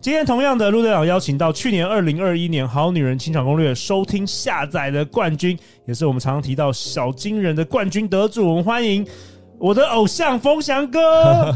今天同样的，陆队长邀请到去年二零二一年《好女人情场攻略》收听下载的冠军，也是我们常常提到小金人的冠军得主，我们欢迎我的偶像风翔哥。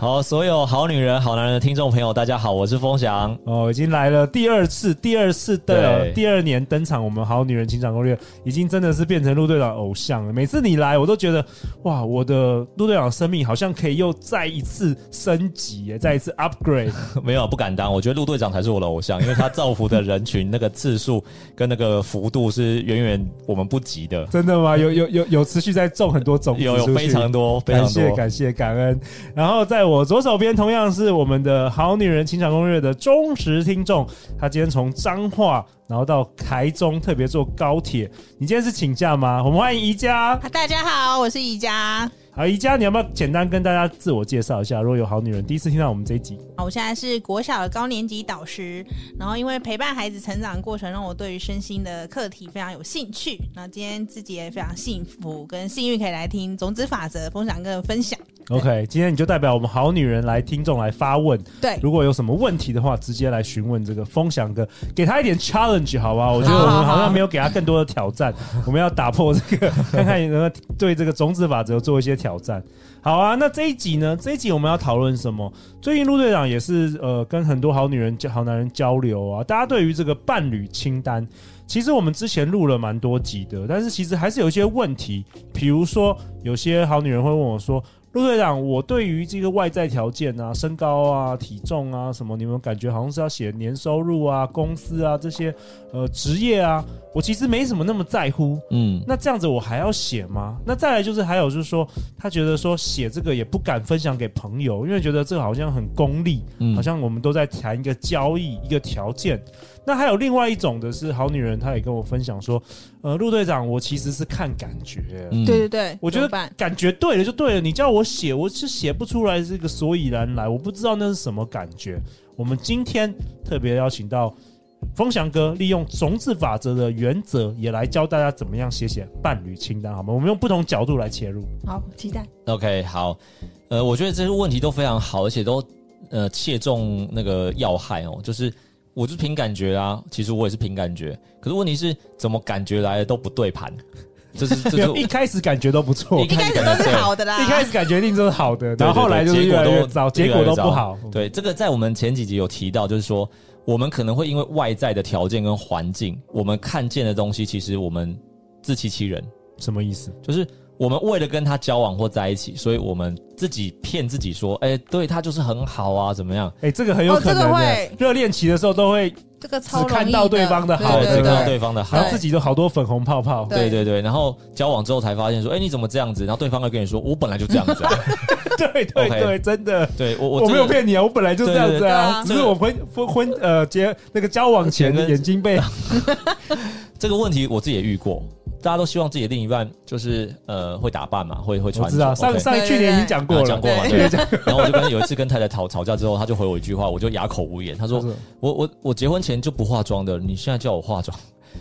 好，所有好女人、好男人的听众朋友，大家好，我是风翔。 哦，已经来了第二次，第二次的对第二年登场，我们《好女人情场攻略》已经真的是变成陆队长偶像了。每次你来，我都觉得哇，我的陆队长的生命好像可以又再一次升级耶，再一次 upgrade。没有不敢当，我觉得陆队长才是我的偶像，因为他造福的人群那个次数跟那个幅度是远远我们不及 的，真的吗？有有有有持续在种很多种子有有出去非常多，非感常谢多。感谢感恩。然后在我左手边，同样是我们的好女人情场攻略的忠实听众，他今天从彰化然后到台中，特别坐高铁。你今天是请假吗？我们欢迎宜家。啊大家好，我是宜家。好，宜家，你要不要简单跟大家自我介绍一下？如果有好女人第一次听到我们这一集，我现在是国小的高年级导师，然后因为陪伴孩子成长的过程，让我对于身心的课题非常有兴趣。那今天自己也非常幸福跟幸运，可以来听种子法则分享跟分享。 OK，今天你就代表我们好女人来听众来发问，对，如果有什么问题的话，直接来询问这个风翔哥，给他一点 challenge 好不好？我觉得我好们好好好像没有给他更多的挑战，我们要打破这个，看看能不能对这个种子法则做一些挑战。好啊，那这一集呢？ 这一集我们要讨论什么？最近陆队长也是呃，跟很多好女人、好男人交流啊，大家对于这个伴侣清单。其实我们之前录了蛮多集的，但是其实还是有一些问题，比如说有些好女人会问我说：“陆队长，我对于这个外在条件啊、身高啊、体重啊什么，你们感觉好像是要写年收入啊、公司啊这些呃职业啊，我其实没什么那么在乎。嗯，那这样子我还要写吗？那再来就是还有就是说，他觉得说写这个也不敢分享给朋友，因为觉得这个好像很功利，嗯好像我们都在谈一个交易、一个条件。那还有另外一种的是好女人，她也跟我分享说，呃，陆队长，我其实是看感觉，嗯对对对，我觉怎么得办感觉对了就对了，你叫我写，我是写不出来这个所以然来，我不知道那是什么感觉。我们今天特别邀请到风翔哥，利用种子法则的原则，也来教大家怎么样写写伴侣清单，好吗？我们用不同角度来切入。好期待。 OK，好，呃，我觉得这些问题都非常好，而且都呃切中那个要害哦，就是我就是凭感觉啊，其实我也是凭感觉，可是问题是怎么感觉来的都不对盘，这是 这没有，是一开始感觉都不错， 一一开始都是好的啦，一开始感觉一定都是好的， 对然后后来就是越来哦结果越都糟，越来结越果都不糟好。对，这个在我们前几集有提到，就是说我们可能会因为外在的条件跟环境，我们看见的东西，其实我们自欺欺人，什么意思？就是我们为了跟他交往或在一起，所以我们自己骗自己说，哎、对他就是很好啊，怎么样？哎、这个很有哦可这个能、欸会热恋期的时候都会，这个超只看到对方的的好对只对看到对对方的好然后。自己都好多粉红泡泡。对对对对，然后交往之后才发现说，哎、你怎么这样子？然后对方会跟你说，我本来就这样子、啊。 对对 OK 对，真的。对我我我真没的有骗你啊，我本来就这样子啊，只对对对是我婚婚婚呃结那个交往前前跟眼睛 被这个问题我自己也遇过，大家都希望自己的另一半就是呃会打扮嘛，会会我穿着。知道 OK 上上对对去年已经讲过啊了讲，过嘛，对对。然后我就跟有一次跟太太吵吵架之后，她就回我一句话，我就哑口无言。她说是：“我我我结婚前就不化妆的，你现在叫我化妆，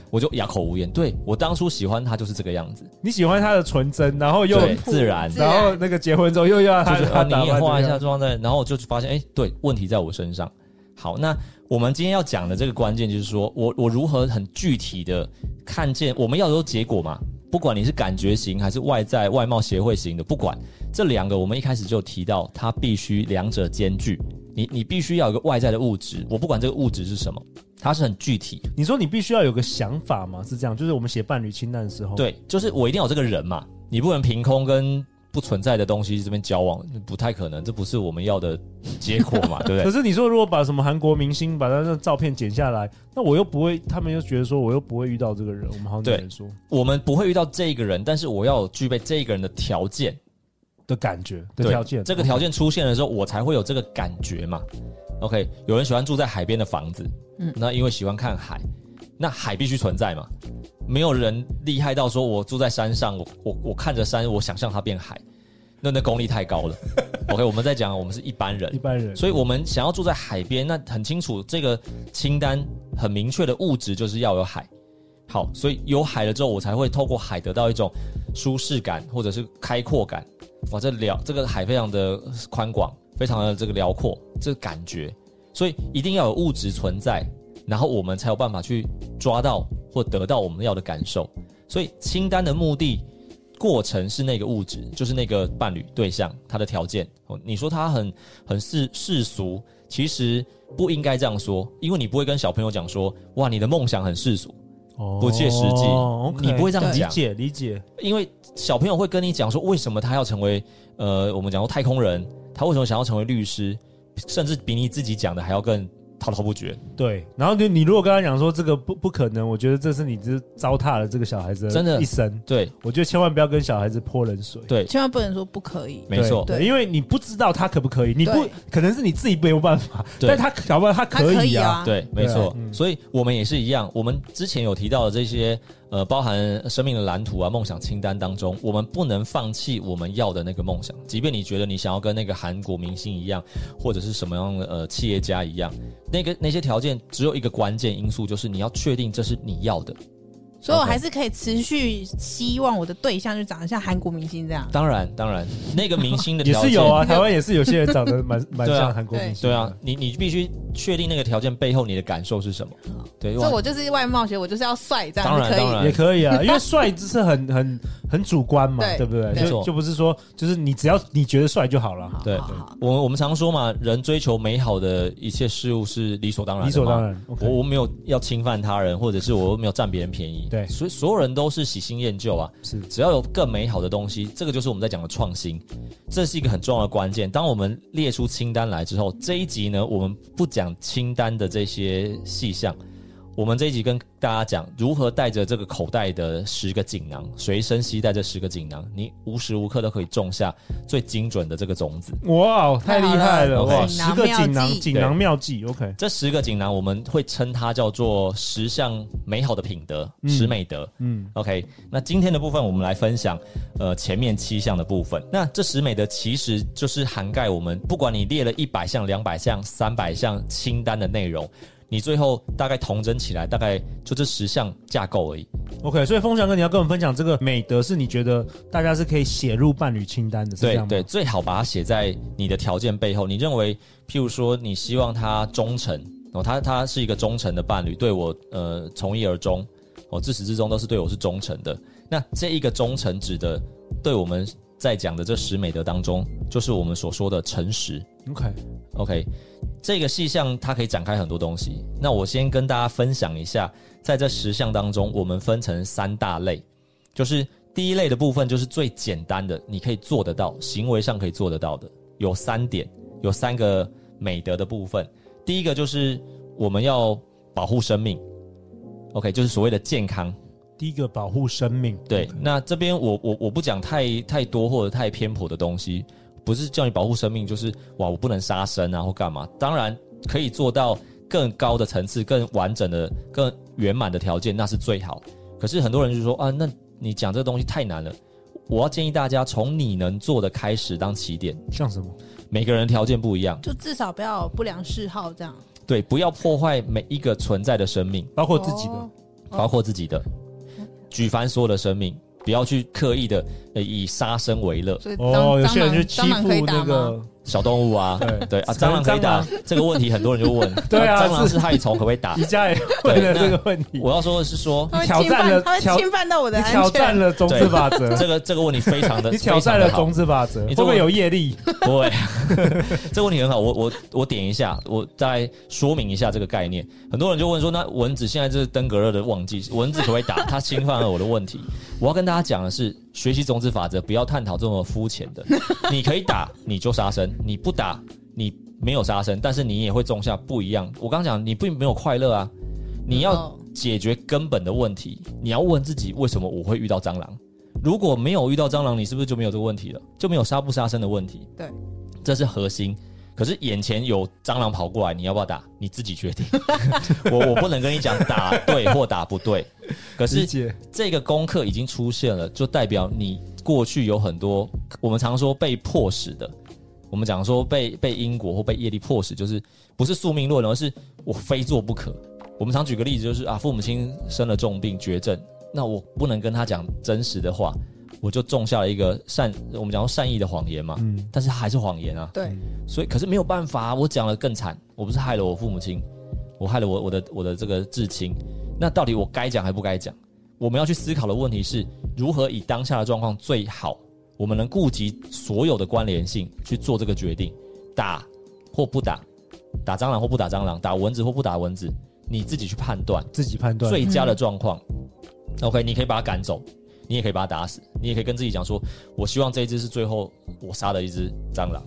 我就哑口无言。对我当初喜欢她就是这个样子，你喜欢他的纯真，然后又对，自然。”自然后那个结婚之后又 要就他是他啊，打你也扮化一这下样妆的，然后我就发现，哎，对，问题在我身上。好，那我们今天要讲的这个关键就是说我我如何很具体的看见，我们要有结果嘛？不管你是感觉型还是外在外貌协会型的，不管这两个，我们一开始就提到，它必须两者兼具。你你必须要有一个外在的物质，我不管这个物质是什么，它是很具体。你说你必须要有个想法嘛？是这样，就是我们写伴侣清单的时候，，对，就是我一定要有这个人嘛，你不能凭空跟不存在的东西这边交往，不太可能，这不是我们要的结果嘛，对不对可？是你说如果把什么韩国明星把他的照片剪下来，那我又不会，他们又觉得说我又不会遇到这个人，我们好女人说，我们不会遇到这一个人，但是我要有具备这一个人的条件，的感觉的对条件。这个条件出现的时候，我才会有这个感觉嘛。OK，有人喜欢住在海边的房子，嗯那因为喜欢看海，那海必须存在嘛。没有人厉害到说我住在山上，我我我看着山，我想象它变海，那那功力太高了。OK，我们在讲我们是一般人一，般人，所以我们想要住在海边，那很清楚这个清单很明确的物质就是要有海。好，所以有海了之后，我才会透过海得到一种舒适感或者是开阔感。哇，这辽这个海非常的宽广，非常的这个辽阔，这个感觉。所以一定要有物质存在，然后我们才有办法去抓到或得到我们要的感受。所以清单的目的过程是那个物质，就是那个伴侣对象他的条件。哦你说他很很世世俗，其实不应该这样说，因为你不会跟小朋友讲说，哇，你的梦想很世俗，不切实际，哦，OK 你不会这样理讲，解理解，因为小朋友会跟你讲说，为什么他要成为呃，我们讲过太空人，他为什么想要成为律师，甚至比你自己讲的还要更滔滔不绝，对。然后就你如果跟他讲说这个不不可能，我觉得这是你就是糟蹋了这个小孩子真的一生。对我觉得千万不要跟小孩子泼冷水。对，千万不能说不可以。没错，对，因为你不知道他可不可以，你不对可能是你自己没有办法，对但他搞不好他他可以啊。啊，对，没对啊错。嗯所以我们也是一样，我们之前有提到的这些呃，包含生命的蓝图啊、梦想清单当中，我们不能放弃我们要的那个梦想，即便你觉得你想要跟那个韩国明星一样，或者是什么样的呃企业家一样，那个那些条件只有一个关键因素，就是你要确定这是你要的。所以我 OK 还是可以持续希望我的对象就长得像韩国明星这样。当然，当然，那个明星的也条是件有啊，台湾也是有些人长得 蛮蛮对啊像韩国明星。对啊，，你你必须确定那个条件背后你的感受是什么。对，所以我就是外貌学，我就是要帅这样当就然可以当然也可以啊，因为帅只是很很很主观嘛，对对不对？没就错就不是说就是你只要你觉得帅就好了，好对好好我我们常说嘛，人追求美好的一切事物是理所当然的嘛，理所当然。OK 我我没有要侵犯他人，或者是我又没有占别人便宜，对所以所有人都是喜新厌旧啊。是只要有更美好的东西，这个就是我们在讲的创新，这是一个很重要的关键。当我们列出清单来之后，这一集呢，我们不讲清单的这些细项，我们这一集跟大家讲如何带着这个口袋的十个锦囊，随身携带这十个锦囊，你无时无刻都可以种下最精准的这个种子。哇，太厉害了太好了哇！锦十囊个妙锦囊计锦囊妙计，OK，这十个锦囊，我们会称它叫做十项美好的品德，嗯十美德。嗯， OK，那今天的部分我们来分享，呃，前面七项的部分。那这十美德其实就是涵盖我们，不管你列了一百项、两百项、三百项清单的内容，你最后大概统整起来，大概就这十项架构而已。 OK，所以风翔哥，你要跟我们分享这个美德是你觉得大家是可以写入伴侣清单的，是这对样吗？对，最好把它写在你的条件背后。你认为，譬如说，你希望他忠诚，哦，他他是一个忠诚的伴侣，对我呃从一而终，哦，自始至终都是对我是忠诚的。那这一个忠诚指的，对我们在讲的这十美德当中，就是我们所说的诚实。 ，OK， OK，这个细项它可以展开很多东西。那我先跟大家分享一下，在这十项当中，我们分成三大类，就是第一类的部分就是最简单的，你可以做得到，行为上可以做得到的，有三点，有三个美德的部分。第一个就是我们要保护生命，OK，就是所谓的健康。第一个保护生命，对，那这边我我我不讲太太多或者太偏颇的东西，不是叫你保护生命，就是哇，我不能杀生啊或干嘛。当然可以做到更高的层次、更完整的、更圆满的条件，那是最好。可是很多人就说啊，那你讲这个东西太难了。我要建议大家从你能做的开始当起点，像什么？每个人条件不一样，就至少不要有不良嗜好这样，对，不要破坏每一个存在的生命。包括自己的，哦哦包括自己的，举凡所有的生命，不要去刻意的呃以杀生为乐，所以蟑哦，有蟑些人螂就欺蟑螂可以负打那吗？个，小动物啊，对对啊，蟑螂可以打这个问题，很多人就问， 对啊蟑螂是是害虫可不可以打宜？家也问了对这个问题，我要说的 是说，它会挑侵战了犯，它挑会侵犯到我的你安挑全战。了种子法则， 这个这个问题非常 的，你挑战了种子，子法则，你会这不么会有业力？对， 这个问题很好，我我我点一下，我再说明一下这个概念。很多人就问说，那蚊子现在这是登革热的旺季，蚊子可不可以打？它侵犯了我的问题。 我要跟大家讲的是，学习种子法则，不要探讨这么肤浅 的。你可以打，你就杀生；你不打，你没有杀生，但是你也会种下不一样。我刚讲，你并没有快乐啊，你要哦解决根本的问题，你要问自己，为什么我会遇到蟑螂？如果没有遇到蟑螂，你是不是就没有这个问题了？就没有杀不杀生的问题。对，这是核心。可是眼前有蟑螂跑过来，你要不要打？你自己决定。 我我不能跟你讲打对或打不对。可理是解这个功课已经出现了，就代表你过去有很多我们常说被迫使的，我们讲说被被因果或被业力迫使，就是不是宿命论，而是我非做不可。我们常举个例子，就是啊，父母亲生了重病绝症，那我不能跟他讲真实的话，我就种下了一个善，我们讲说善意的谎言嘛，嗯但是还是谎言啊。对，所以可是没有办法啊、我讲了更惨，我不是害了我父母亲，我害了我我的我的这个至亲，那到底我该讲还不该讲？我们要去思考的问题是如何以当下的状况最好，我们能顾及所有的关联性去做这个决定，打或不打，打蟑螂或不打蟑螂，打蚊子或不打蚊子，你自己去判断自己判断。最佳嗯的状况。OK，你可以把它赶走，你也可以把它打死，你也可以跟自己讲说，我希望这一只是最后我杀的一只蟑 螂。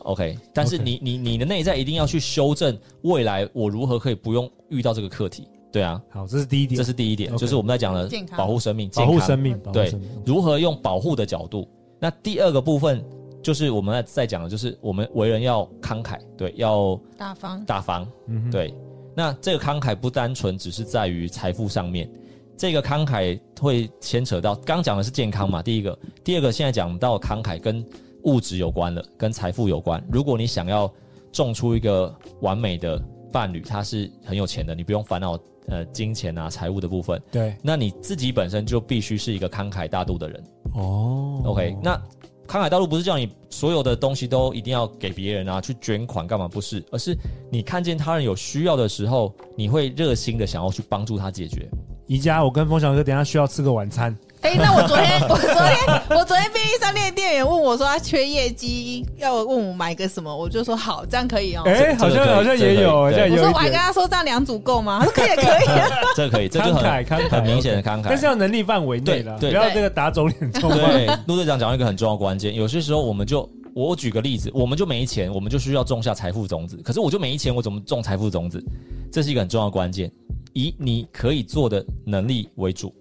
OK，但是 OK 你你你的内在一定要去修正未来我如何可以不用遇到这个课题。对啊，好，这是第一点这，是第一点， OK 就是我们在讲的健康保护生命、保护健康生命，保护对生命。如何用保护的角度。那第二个部分就是我们在在讲的，就是我们为人要慷慨，对，要大方，大方，嗯哼，对，那这个慷慨不单纯只是在于财富上面，这个慷慨会牵扯到刚讲的是健康嘛，第一个，第二个现在讲到慷慨跟物质有关了，跟财富有关。如果你想要种出一个完美的伴侣，他是很有钱的，你不用烦恼呃金钱啊财务的部分，对那你自己本身就必须是一个慷慨大度的人。哦 OK，那慷慨大陆不是叫你所有的东西都一定要给别人啊，去捐款干嘛？不是，而是你看见他人有需要的时候，你会热心的想要去帮助他 解决。宜家，我跟风翔哥等一下需要吃个晚餐，哎、那我昨 天，我昨天，我昨天便利商店店员问我说他缺业绩，要我问我买个什么，我就说好，这样可以哦、哎，这好像这个可以好像也有，好这像个可有我一说我还跟点他说这样两组够吗？他说可以，可以 啊。这可以，这就慷很慨慷慨，很明显的慷但是慨。要能力范围内了，不对对要这个打肿脸充胖对，陆队长讲到一个很重要的关键，有些时候我们就。我我举个例子，我们就没钱，我们就需要种下财富种子。可是我就没钱，我怎么种财富种子？这是一个很重要的关键，以你可以做的能力为主，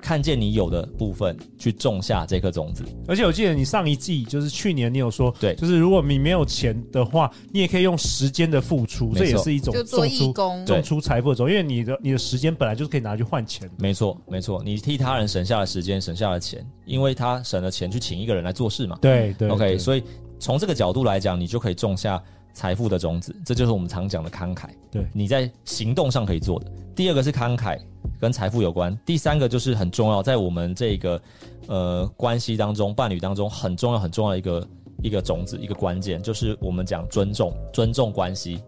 看见你有的部分去种下这颗种子。而且我记得你上一季就是去年，你有说，对就是如果你没有钱的话，你也可以用时间的付出，没错这也是一种就做种义出工，对种嗯出财富的时候，因为你的你的时间本来就是可以拿去换钱的。没错，没错，你替他人省下了时间，省下了钱，因为他省了钱去请一个人来做事嘛。对对 OK，对所以从这个角度来讲，你就可以种下财富的种子，这就是我们常讲的慷慨。对你在行动上可以做的。第二个是慷慨，跟财富有关；第三个就是很重要，在我们这个呃关系当中、伴侣当中很重要、很重要的一个一个种子、一个关键，就是我们讲尊重、尊重关系。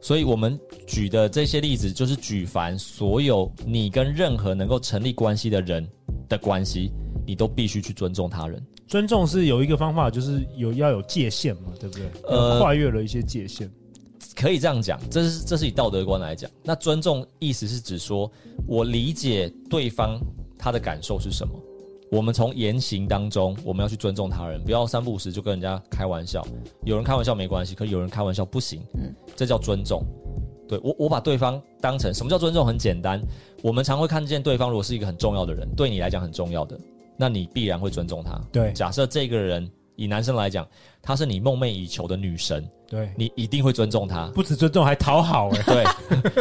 所以我们举的这些例子，就是举凡所有你跟任何能够成立关系的人的关系，你都必须去尊重他人。尊重是有一个方法，就是有要有界限嘛，对不对？呃跨越了一些界限，可以这样讲，这是这是以道德观来讲。那尊重意思是指说我理解对方他的感受是什么。我们从言行当中，我们要去尊重他人，不要三不五时就跟人家开玩笑。有人开玩笑没关系，可有人开玩笑不行，嗯这叫尊重。对我，我把对方当成什么叫尊重？很简单，我们常会看见对方如果是一个很重要的人，对你来讲很重要的，那你必然会尊重他。对假设这个人以男生来讲，她是你梦寐以求的女神，对，你一定会尊重她。不止尊重还讨好，哎，对，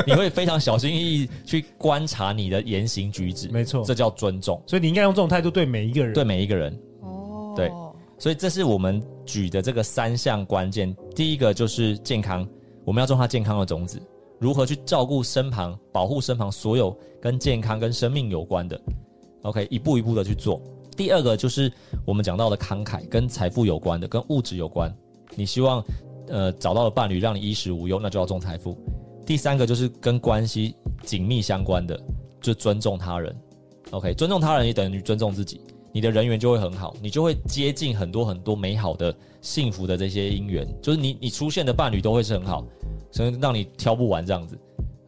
你会非常小心翼翼去观察你的言行举止，没错这叫尊重，所以你应该用这种态度对每一个人。对每一个人。哦对所以这是我们举的这个三项关键。第一个就是健康，我们要种下健康的种子，如何去照顾身旁、保护身旁所有跟健康、跟生命有关的。OK，一步一步的去做。第二个就是我们讲到的慷慨，跟财富有关的，跟物质有关。你希望呃找到了伴侣，让你衣食无忧，那就要种财富。第三个就是跟关系紧密相关的，就尊重他人。OK，尊重他人也等于尊重自己。你的人缘就会很好，你就会接近很多很多美好的、幸福的这些姻缘，就是你你出现的伴侣都会是很好，所以让你挑不完这样子。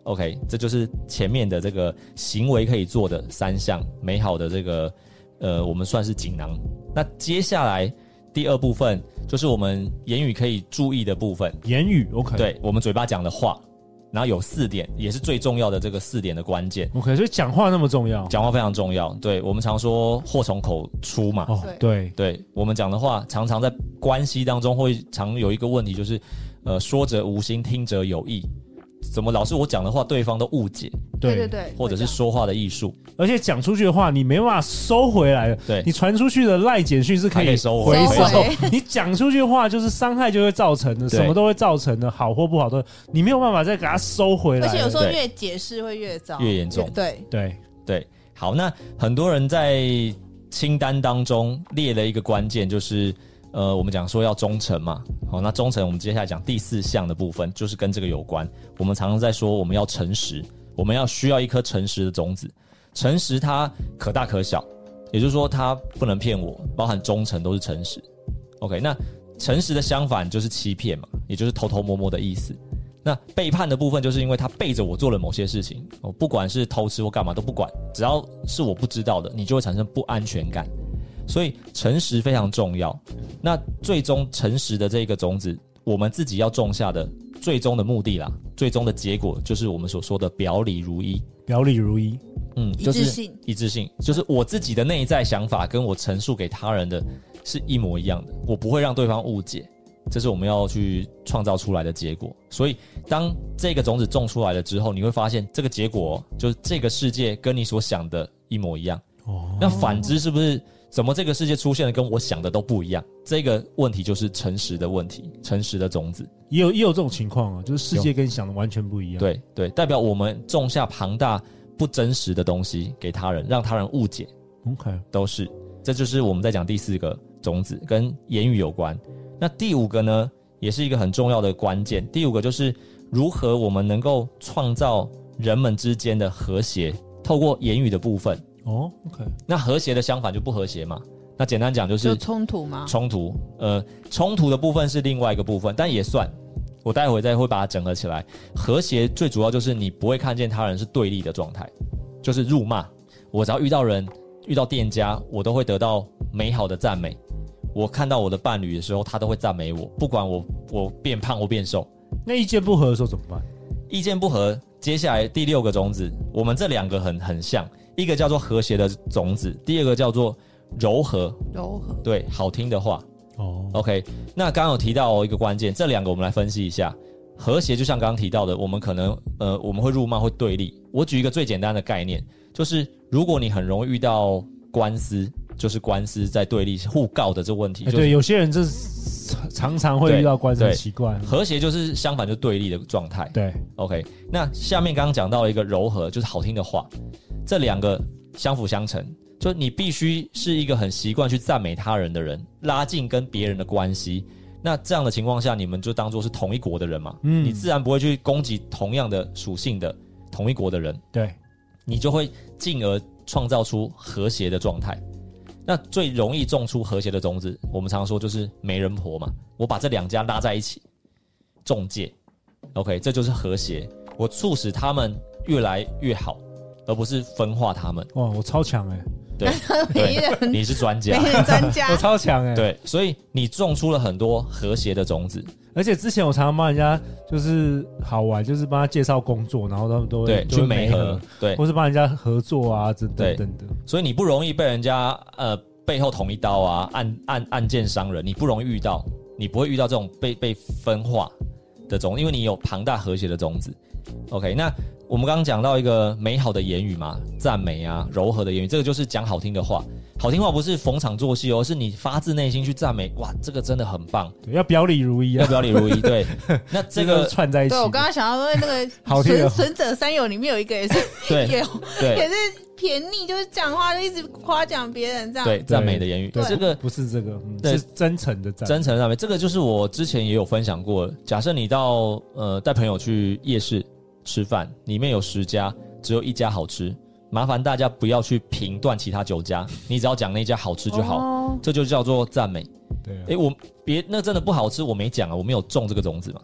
OK，这就是前面的这个行为可以做的三项美好的这个呃，我们算是锦囊。那接下来第二部分就是我们言语可以注意的部分，言语 OK，，对我们嘴巴讲的话，然后有四点，也是最重要的这个四点的关键。 OK，所以讲话那么重要讲话非常重要，对我们常说祸从口出嘛。哦对，对，对我们讲的话，常常在关系当中会常有一个问题，就是呃，说者无心，听者有意。怎么老是我讲的话，对方都误解，对对对，或者是说话的艺术，而且讲出去的话，你没办法收回来的。对你传出去的赖简讯是可还可以以收回回收收回，你讲出去的话就是伤害就会造成的，对什么都会造成的，好或不好都你没有办法再给它收回来而了。且有时候对越解释会越糟，越严重。对对对，好，那很多人在清单当中列了一个关键，就是呃，我们讲说要忠诚嘛。好，那忠诚，我们接下来讲第四项的部分，就是跟这个有关。我们常常在说，我们要诚实，我们要需要一颗诚实的种子。诚实它可大可小，也就是说它不能骗我，包含忠诚都是诚实。OK，那诚实的相反就是欺骗嘛，也就是偷偷摸摸的意思。那背叛的部分，就是因为他背着我做了某些事情，哦，不管是偷吃或干嘛都不管，只要是我不知道的，你就会产生不安全感。所以诚实非常重要。那最终诚实的这个种子，我们自己要种下的最终的目的啦，最终的结果就是我们所说的表里如一。表里如一，嗯，一就致是性。一致性，就是我自己的内在想法跟我陈述给他人的是一模一样的，我不会让对方误解，这是我们要去创造出来的结果。所以，当这个种子种出来了之后，你会发现这个结果就是这个世界跟你所想的一模一样。哦，那反之，是不是怎么这个世界出现的跟我想的都不一样？这个问题就是诚实的问题，诚实的种子。也有也有这种情况啊，就是世界跟你想的完全不一样。，对对，代表我们种下庞大不真实的东西给他人，让他人误解。 OK，都是。这就是我们在讲第四个种子跟言语有关。那第五个呢，也是一个很重要的关键。第五个就是如何我们能够创造人们之间的和谐，透过言语的部分。哦，OK，那和谐的相反就不和谐嘛。那简单讲就是就冲突嘛，冲突，呃，冲突的部分是另外一个部分，但也算。我待会再会把它整合起来。和谐最主要就是你不会看见他人是对立的状态，就是辱骂。我只要遇到人、遇到店家，我都会得到美好的赞美。我看到我的伴侣的时候，他都会赞美我，不管我我变胖或变瘦。那意见不合的时候怎么办？意见不合，接下来第六个种子，我们这两个很很像，一个叫做和谐的种子，第二个叫做柔和。柔和对，好听的话，哦 OK，那刚刚有提到、哦、一个关键，这两个我们来分析一下。和谐就像刚刚提到的，我们可能呃我们会辱骂，会对立。我举一个最简单的概念，就是如果你很容易遇到官司，就是官司在对立互告的这问题，哎就是对，有些人这是常常会遇到官司，对很奇怪。和谐就是相反就对立的状态。对， OK，那下面刚刚讲到了一个柔和，就是好听的话，这两个相辅相成，就你必须是一个很习惯去赞美他人的人，拉近跟别人的关系。那这样的情况下，你们就当做是同一国的人嘛，嗯你自然不会去攻击同样的属性的同一国的人，对，你就会进而创造出和谐的状态。那最容易种出和谐的种子，我们常说就是媒人婆嘛。我把这两家拉在一起，中介，OK，这就是和谐。我促使他们越来越好，而不是分化他们。哇，我超强哎， 没对，人你是专没家，人专 家我，超强哎。对，所以你种出了很多和谐的种子。而且之前我常常帮人家就是好玩，就是帮他介绍工作，然后他们都会对，都去会媒媒合，，对，或是帮人家合作啊，等等对等等的。所以你不容易被人家呃背后捅一刀啊，暗暗暗箭伤人，你不容易遇到，你不会遇到这种被被分化的种，因为你有庞大和谐的种子。OK，那我们刚刚讲到一个美好的言语嘛，赞美啊，柔和的言语，这个就是讲好听的话。好听话不是逢场作戏哦，是你发自内心去赞美，哇，这个真的很棒，对，要表里如一要啊，表里如一。对，那这就是 个串在一起对的。我刚刚想到说那 个好听的损损者三友里面有一个也是哦对有对 也是便宜，就是讲话就一直夸奖别人这样。对赞美的言语，对这个不是这个，嗯对是真诚的赞。真诚啊上面，这个就是我之前也有分享过。假设你到呃带朋友去夜市吃饭，里面有十家，只有一家好吃，麻烦大家不要去评断其他九家，你只要讲那家好吃就好，哦这就叫做赞美。对啊诶，，哎我别那真的不好吃，我没讲啊，我没有种这个种子嘛。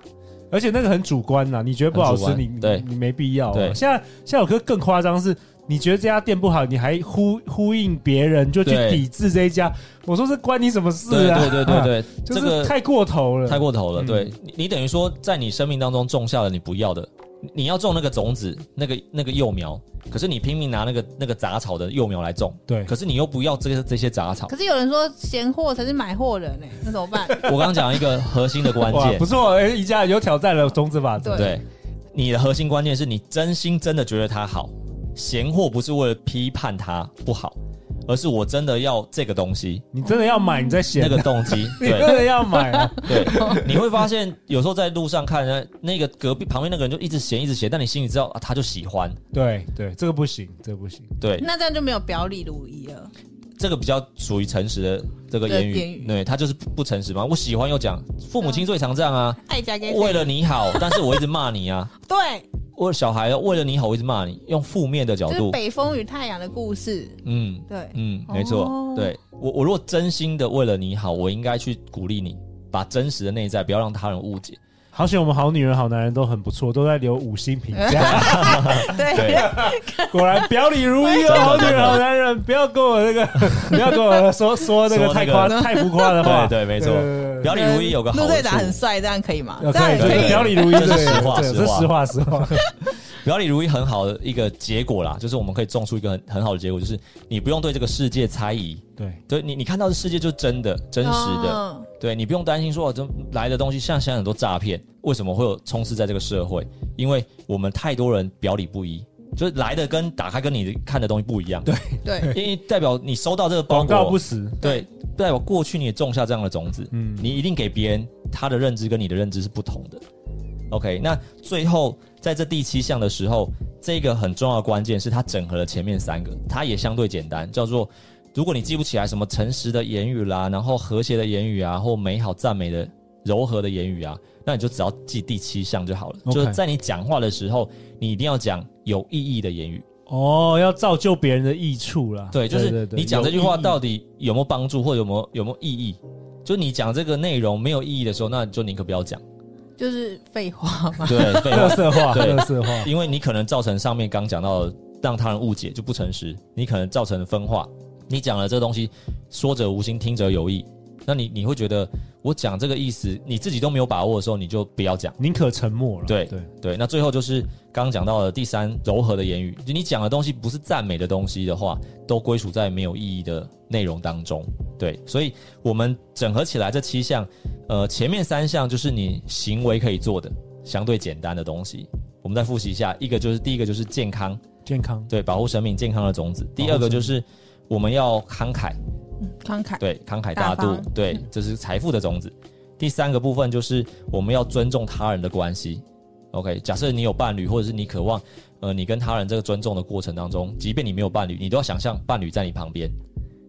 而且那个很主观呐，你觉得不好吃，很主你观你对你没必要啊。对现在现在有个更夸张是。你觉得这家店不好，你还呼呼应别人就去对抵制这一家，我说这关你什么事对啊？对对对对， 就这个是太过头了。太过头了。嗯对你，你等于说在你生命当中种下了你不要的，你要种那个种子，那个那个幼苗，可是你拼命拿那个那个杂草的幼苗来种，对可是你又不要这个这些杂草。可是有人说闲货才是买货人呢、那怎么办？我刚刚讲一个核心的 关哇，键不，错，哎，宜家有挑战了种子法则，对对，你的核心关键是你真心真的觉得它好，闲货不是为了批判它不好，而是我真的要这个东西，你真的要买，你再写那个动机， 你对真。的要买啊？ 对，你会发现有时候在路上看人家那个隔壁旁边那个人就一直嫌一直嫌，但你心里知道啊，他就喜欢。对对，这个不行，这个不行。对，那这样就没有表里如一了。这个比较属于诚实的这个对言言语语，对他就是不不诚实嘛。我喜欢又讲，父母亲最常这样啊，爱家给谁为了你好，但是我一直骂你啊，对，我小孩为了你好，我一直骂你，用负面的角就是度，北风与太阳的故事。嗯对，嗯，没错，哦对我我如果真心的为了你好，我应该去鼓励你，把真实的内在不要让他人误解。好险，我们好女人、好男人都很不错，都在留五星评 价。对对，果然表里如一哦，好女人、好男人，不要跟我那个， 不要跟我说说那个 说太那个夸、太浮夸的 话。对对，没错，对表里如一有个好陆队长处很，帅，这样可以吗？呃这样可以也可可以，以。表里如一，这是对实话对实这是话实话实 话。表里如一很好的一个结果啦，就是我们可以种出一个很很好的结果，就是你不用对这个世界猜疑，对，对你你看到的世界就是真的真实的，嗯对你不用担心说，哦这来的东西像现在很多诈骗，为什么会有充斥在这个社会？因为我们太多人表里不一，就是来的跟打开跟你看的东西不一样。对，对，因为代表你收到这个包广告裹，不实。对，代表过去你也种下这样的种子，嗯，你一定给别人他的认知跟你的认知是不同的。OK，那最后在这第七项的时候，这个很重要的关键是它整合了前面三个，它也相对简单，叫做如果你记不起来什么诚实的言语啦，然后和谐的言语啊，或美好赞美的柔和的言语啊，那你就只要记第七项就好了。 OK 就是在你讲话的时候，你一定要讲有意义的言语。哦，要造就别人的益处啦。对，就是对对你讲这句话有意义到底有没有帮助，或者有没有有没有意义？就你讲这个内容没有意义的时候，那就宁可不要讲。就是废话嘛。对，废特话，色化，对特色化。因为你可能造成上面刚讲到的让他人误解就不诚实，你可能造成分化。你讲了这个东西，说者无心，听者有意。那你你会觉得我讲这个意思，你自己都没有把握的时候，你就不要讲。宁可沉默了。对对，对，那最后就是刚刚讲到的第三，柔和的言语，就你讲的东西不是赞美的东西的话，都归属在没有意义的内容当中。对，所以我们整合起来这七项，呃，前面三项就是你行为可以做的相对简单的东西。我们再复习一下，一个就是第一个就是健康，健康对，保护生命健康的种子；第二个就是我们要慷慨，嗯慷慨，对，慷慨大度大，方对，这是财富的种子。第三个部分就是我们要尊重他人的关系。OK，假设你有伴侣，或者是你渴望，呃，你跟他人这个尊重的过程当中，即便你没有伴侣，你都要想象伴侣在你旁边。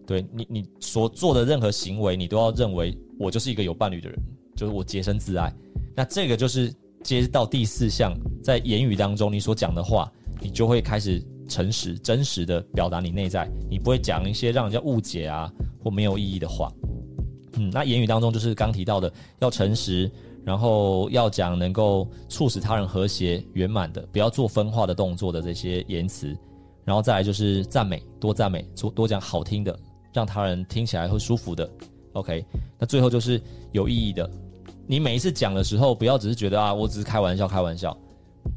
对你，你所做的任何行为，你都要认为我就是一个有伴侣的人，就是我洁身自爱。那这个就是接到第四项，在言语当中你所讲的话，你就会开始诚实、真实的表达你内在，你不会讲一些让人家误解啊或没有意义的话。嗯，那言语当中就是刚提到的，要诚实，然后要讲能够促使他人和谐圆满的，不要做分化的动作的这些言辞，然后再来就是赞美，多赞美，多多讲好听的，让他人听起来会舒服的。OK，那最后就是有意义的，你每一次讲的时候，不要只是觉得啊，我只是开玩笑，开玩笑，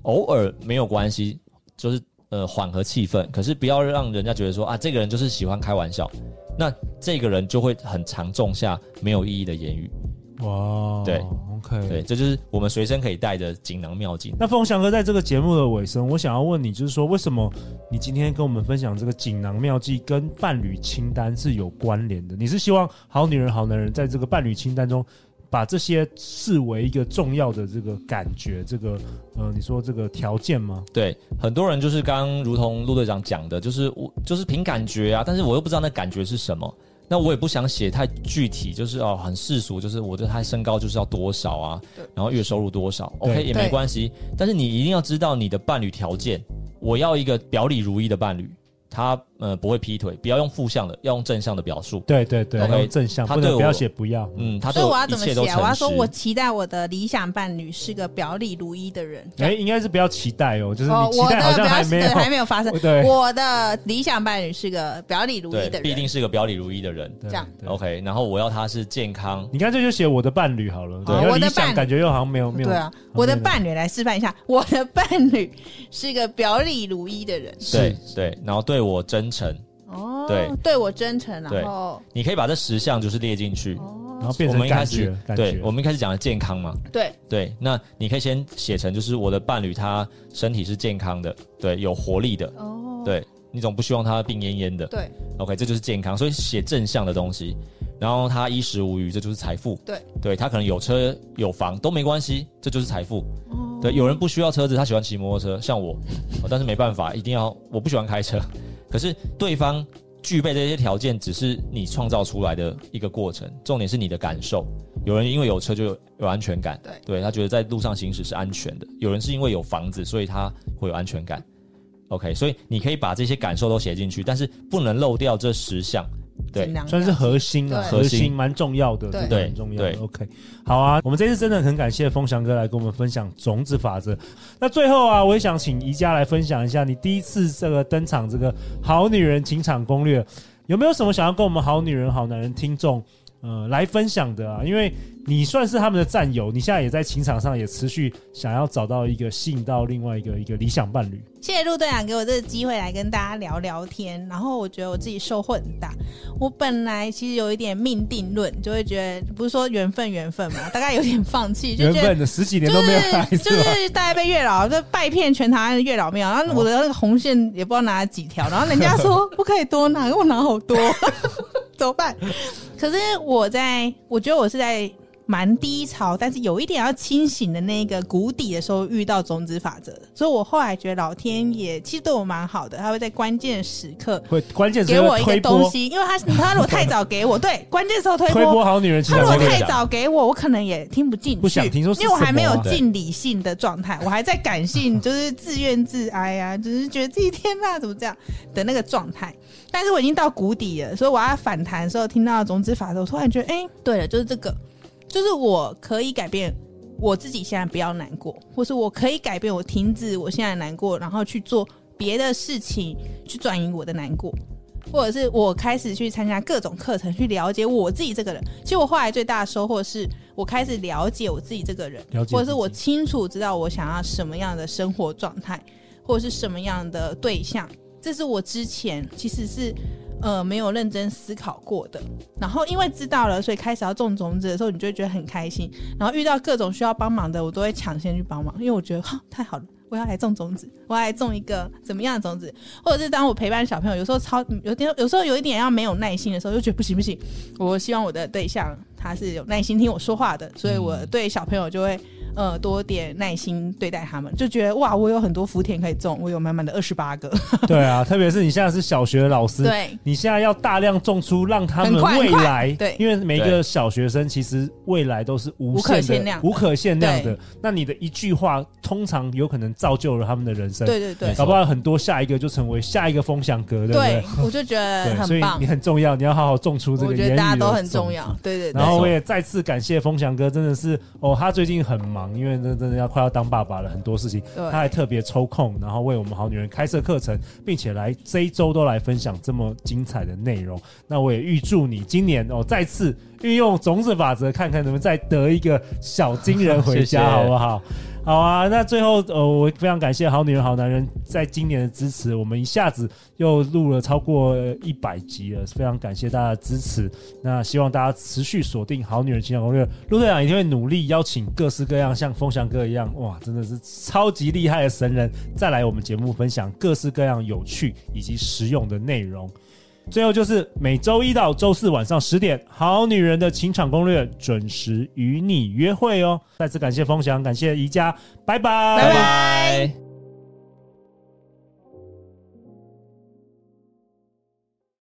偶尔没有关系，就是呃缓和气氛，可是不要让人家觉得说啊，这个人就是喜欢开玩笑，那这个人就会很常种下没有意义的言语。哇，对，OK，对，。这就是我们随身可以带的锦囊妙计。那凤翔哥在这个节目的尾声，我想要问你，就是说，为什么你今天跟我们分享这个锦囊妙计跟伴侣清单是有关联的？你是希望好女人、好男人在这个伴侣清单中，把这些视为一个重要的这个感觉，这个呃，你说这个条件吗？对，很多人就是刚刚如同陆队长讲的，就是我就是凭感觉啊，但是我又不知道那感觉是什么。那我也不想写太具体，就是哦，很世俗，就是我对他身高就是要多少啊对，然后月收入多少对，OK 也没关系。但是你一定要知道你的伴侣条件，我要一个表里如一的伴侣，他呃不会劈腿，不要用负向的，要用正向的表述。对对对， OK，还有正向，他不能对不要我写不要。嗯，嗯，他所对以我要一怎么切写都啊？诚我要实。说我期待我的理想伴侣是个表里如一的人。哎，应该是不要期待哦，就是哦你，期我待好的像表还示没对有，还没有发生。 对我的理想伴侣是个表里如一对的，人，必定是个表里如一的人。对这样。对 OK，然后我要他是健康，你干脆就写我的伴侣好了，对比较哦我的理想伴侣感觉又好像没有没有。对啊，我的伴侣来示范一下，我的伴侣是个表里如一的人。对对，然后对我真诚。哦，对，对我真诚，啊哦对然后你可以把这十项就是列进去。哦，然后变我成们一开感觉始，感对觉，我们一开始讲的健康嘛，对，对，那你可以先写成就是我的伴侣他身体是健康的，对，有活力的，哦，对你总不希望他病恹恹的对， ，OK，这就是健康，所以写正向的东西。然后他衣食无虞，这就是财富。对，对他可能有车有房都没关系，这就是财富。哦对，有人不需要车子，他喜欢骑摩托车，像我，哦但是没办法，一定要我不喜欢开车。可是对方具备这些条件，只是你创造出来的一个过程，重点是你的感受。有人因为有车就有有安全感，对他觉得在路上行驶是安全的；有人是因为有房子，所以他会有安全感。OK，所以你可以把这些感受都写进去，但是不能漏掉这十项。对尽量算是核心啊，对核核心心蛮重要的，对真的很重要的对。对 OK，好啊，我们这次真的很感谢风翔哥来跟我们分享种子法则。那最后啊，我也想请宜家来分享一下你第一次这个登场这个《好女人情场攻略》，有没有什么想要跟我们好女人、好男人听众？呃，来分享的啊，因为你算是他们的战友，你现在也在情场上也持续想要找到一个吸引到另外一个一个理想伴侣。谢谢陆队长给我这个机会来跟大家聊聊天，然后我觉得我自己收获很大。我本来其实有一点命定论，就会觉得不是说缘分缘分嘛，大概有点放弃，就缘觉得。分的十几就年都没有来，是就是吧？是大家被月老，就拜遍全台湾的月老庙，然后我的那个红线也不知道拿了几条，然后人家说 不可以多拿，我拿好多， 怎么办？可是我在，我觉得我是在蛮低潮，但是有一点要清醒的那个谷底的时候遇到种子法则，所以我后来觉得老天爷其实对我蛮好的，他会在关键时刻会关键给是我会一个推东波西，因为他他如果太早 给我，对，关键时候推推波波好女人情他场如果攻略。太早给我，我可能也听不进去，不想听说是因为我还没有什么啊进理性的状态，我还在感性， 就是自怨自哀啊，就是觉得自己天呐、怎么这样的那个状态。但是我已经到谷底了，所以我要反弹的时候，听到种子法则，我突然觉得，哎、对了，就是这个，就是我可以改变我自己，现在不要难过，或是我可以改变我停止我现在难过，然后去做别的事情去转移我的难过。或者是我开始去参加各种课程，去了解我自己这个人。其实我后来最大的收获是我开始了解我自己这个人，了解或者是我自清楚知道我想要什么样的生活状态，或者是什么样的对象。这是我之前其实是呃没有认真思考过的。然后因为知道了，所以开始要种种子的时候，你就会觉得很开心。然后遇到各种需要帮忙的，我都会抢先去帮忙，因为我觉得哈太好了。我要来种种子，我要来种一个怎么样的种子，或者是当我陪伴小朋友，有时候超有点，有时候有一点要没有耐心的时候，就觉得不行不行，我希望我的对象他是有耐心听我说话的，所以我对小朋友就会呃多点耐心对待他们，就觉得哇，我有很多福田可以种，我有满满的二十八个，对啊，特别是你现在是小学的老师， 对，你现在要大量种出，让他们很快未很快来，对因为每个对小学生其实未来都是无无可限的、限量的无可限量的对。那你的一句话，通常有可能造就了他们的人生，对对对没错搞不好很多下一个就成为下一个风向格，对不对对？，我就觉得所很以棒你，很重要，你要好好种出这个我言语觉得大家的都很种重要子，对对对然，后没错我也再次感谢风翔哥，真的是哦，他最近很忙，因为真的真的要快要当爸爸了，很多事情，对他还特别抽空，然后为我们好女人开设课程，并且来这一周都来分享这么精彩的内容。那我也预祝你今年哦，再次运用种子法则，看看能不能再得一个小金人回 谢谢家，好不好？好啊，那最后呃，我非常感谢好女人、好男人在今年的支持，我们一下子又录了超过一百集了，非常感谢大家的支持。那希望大家持续锁定《好女人情感攻略》，陆队啊长一定会努力邀请各式各样像风翔哥一样，哇，真的是超级厉害的神人，再来我们节目分享各式各样有趣以及实用的内容。最后就是每周一到周四晚上十点，《好女人的情场攻略》准时与你约会哦。再次感谢风翔，感谢宜家，拜拜拜拜。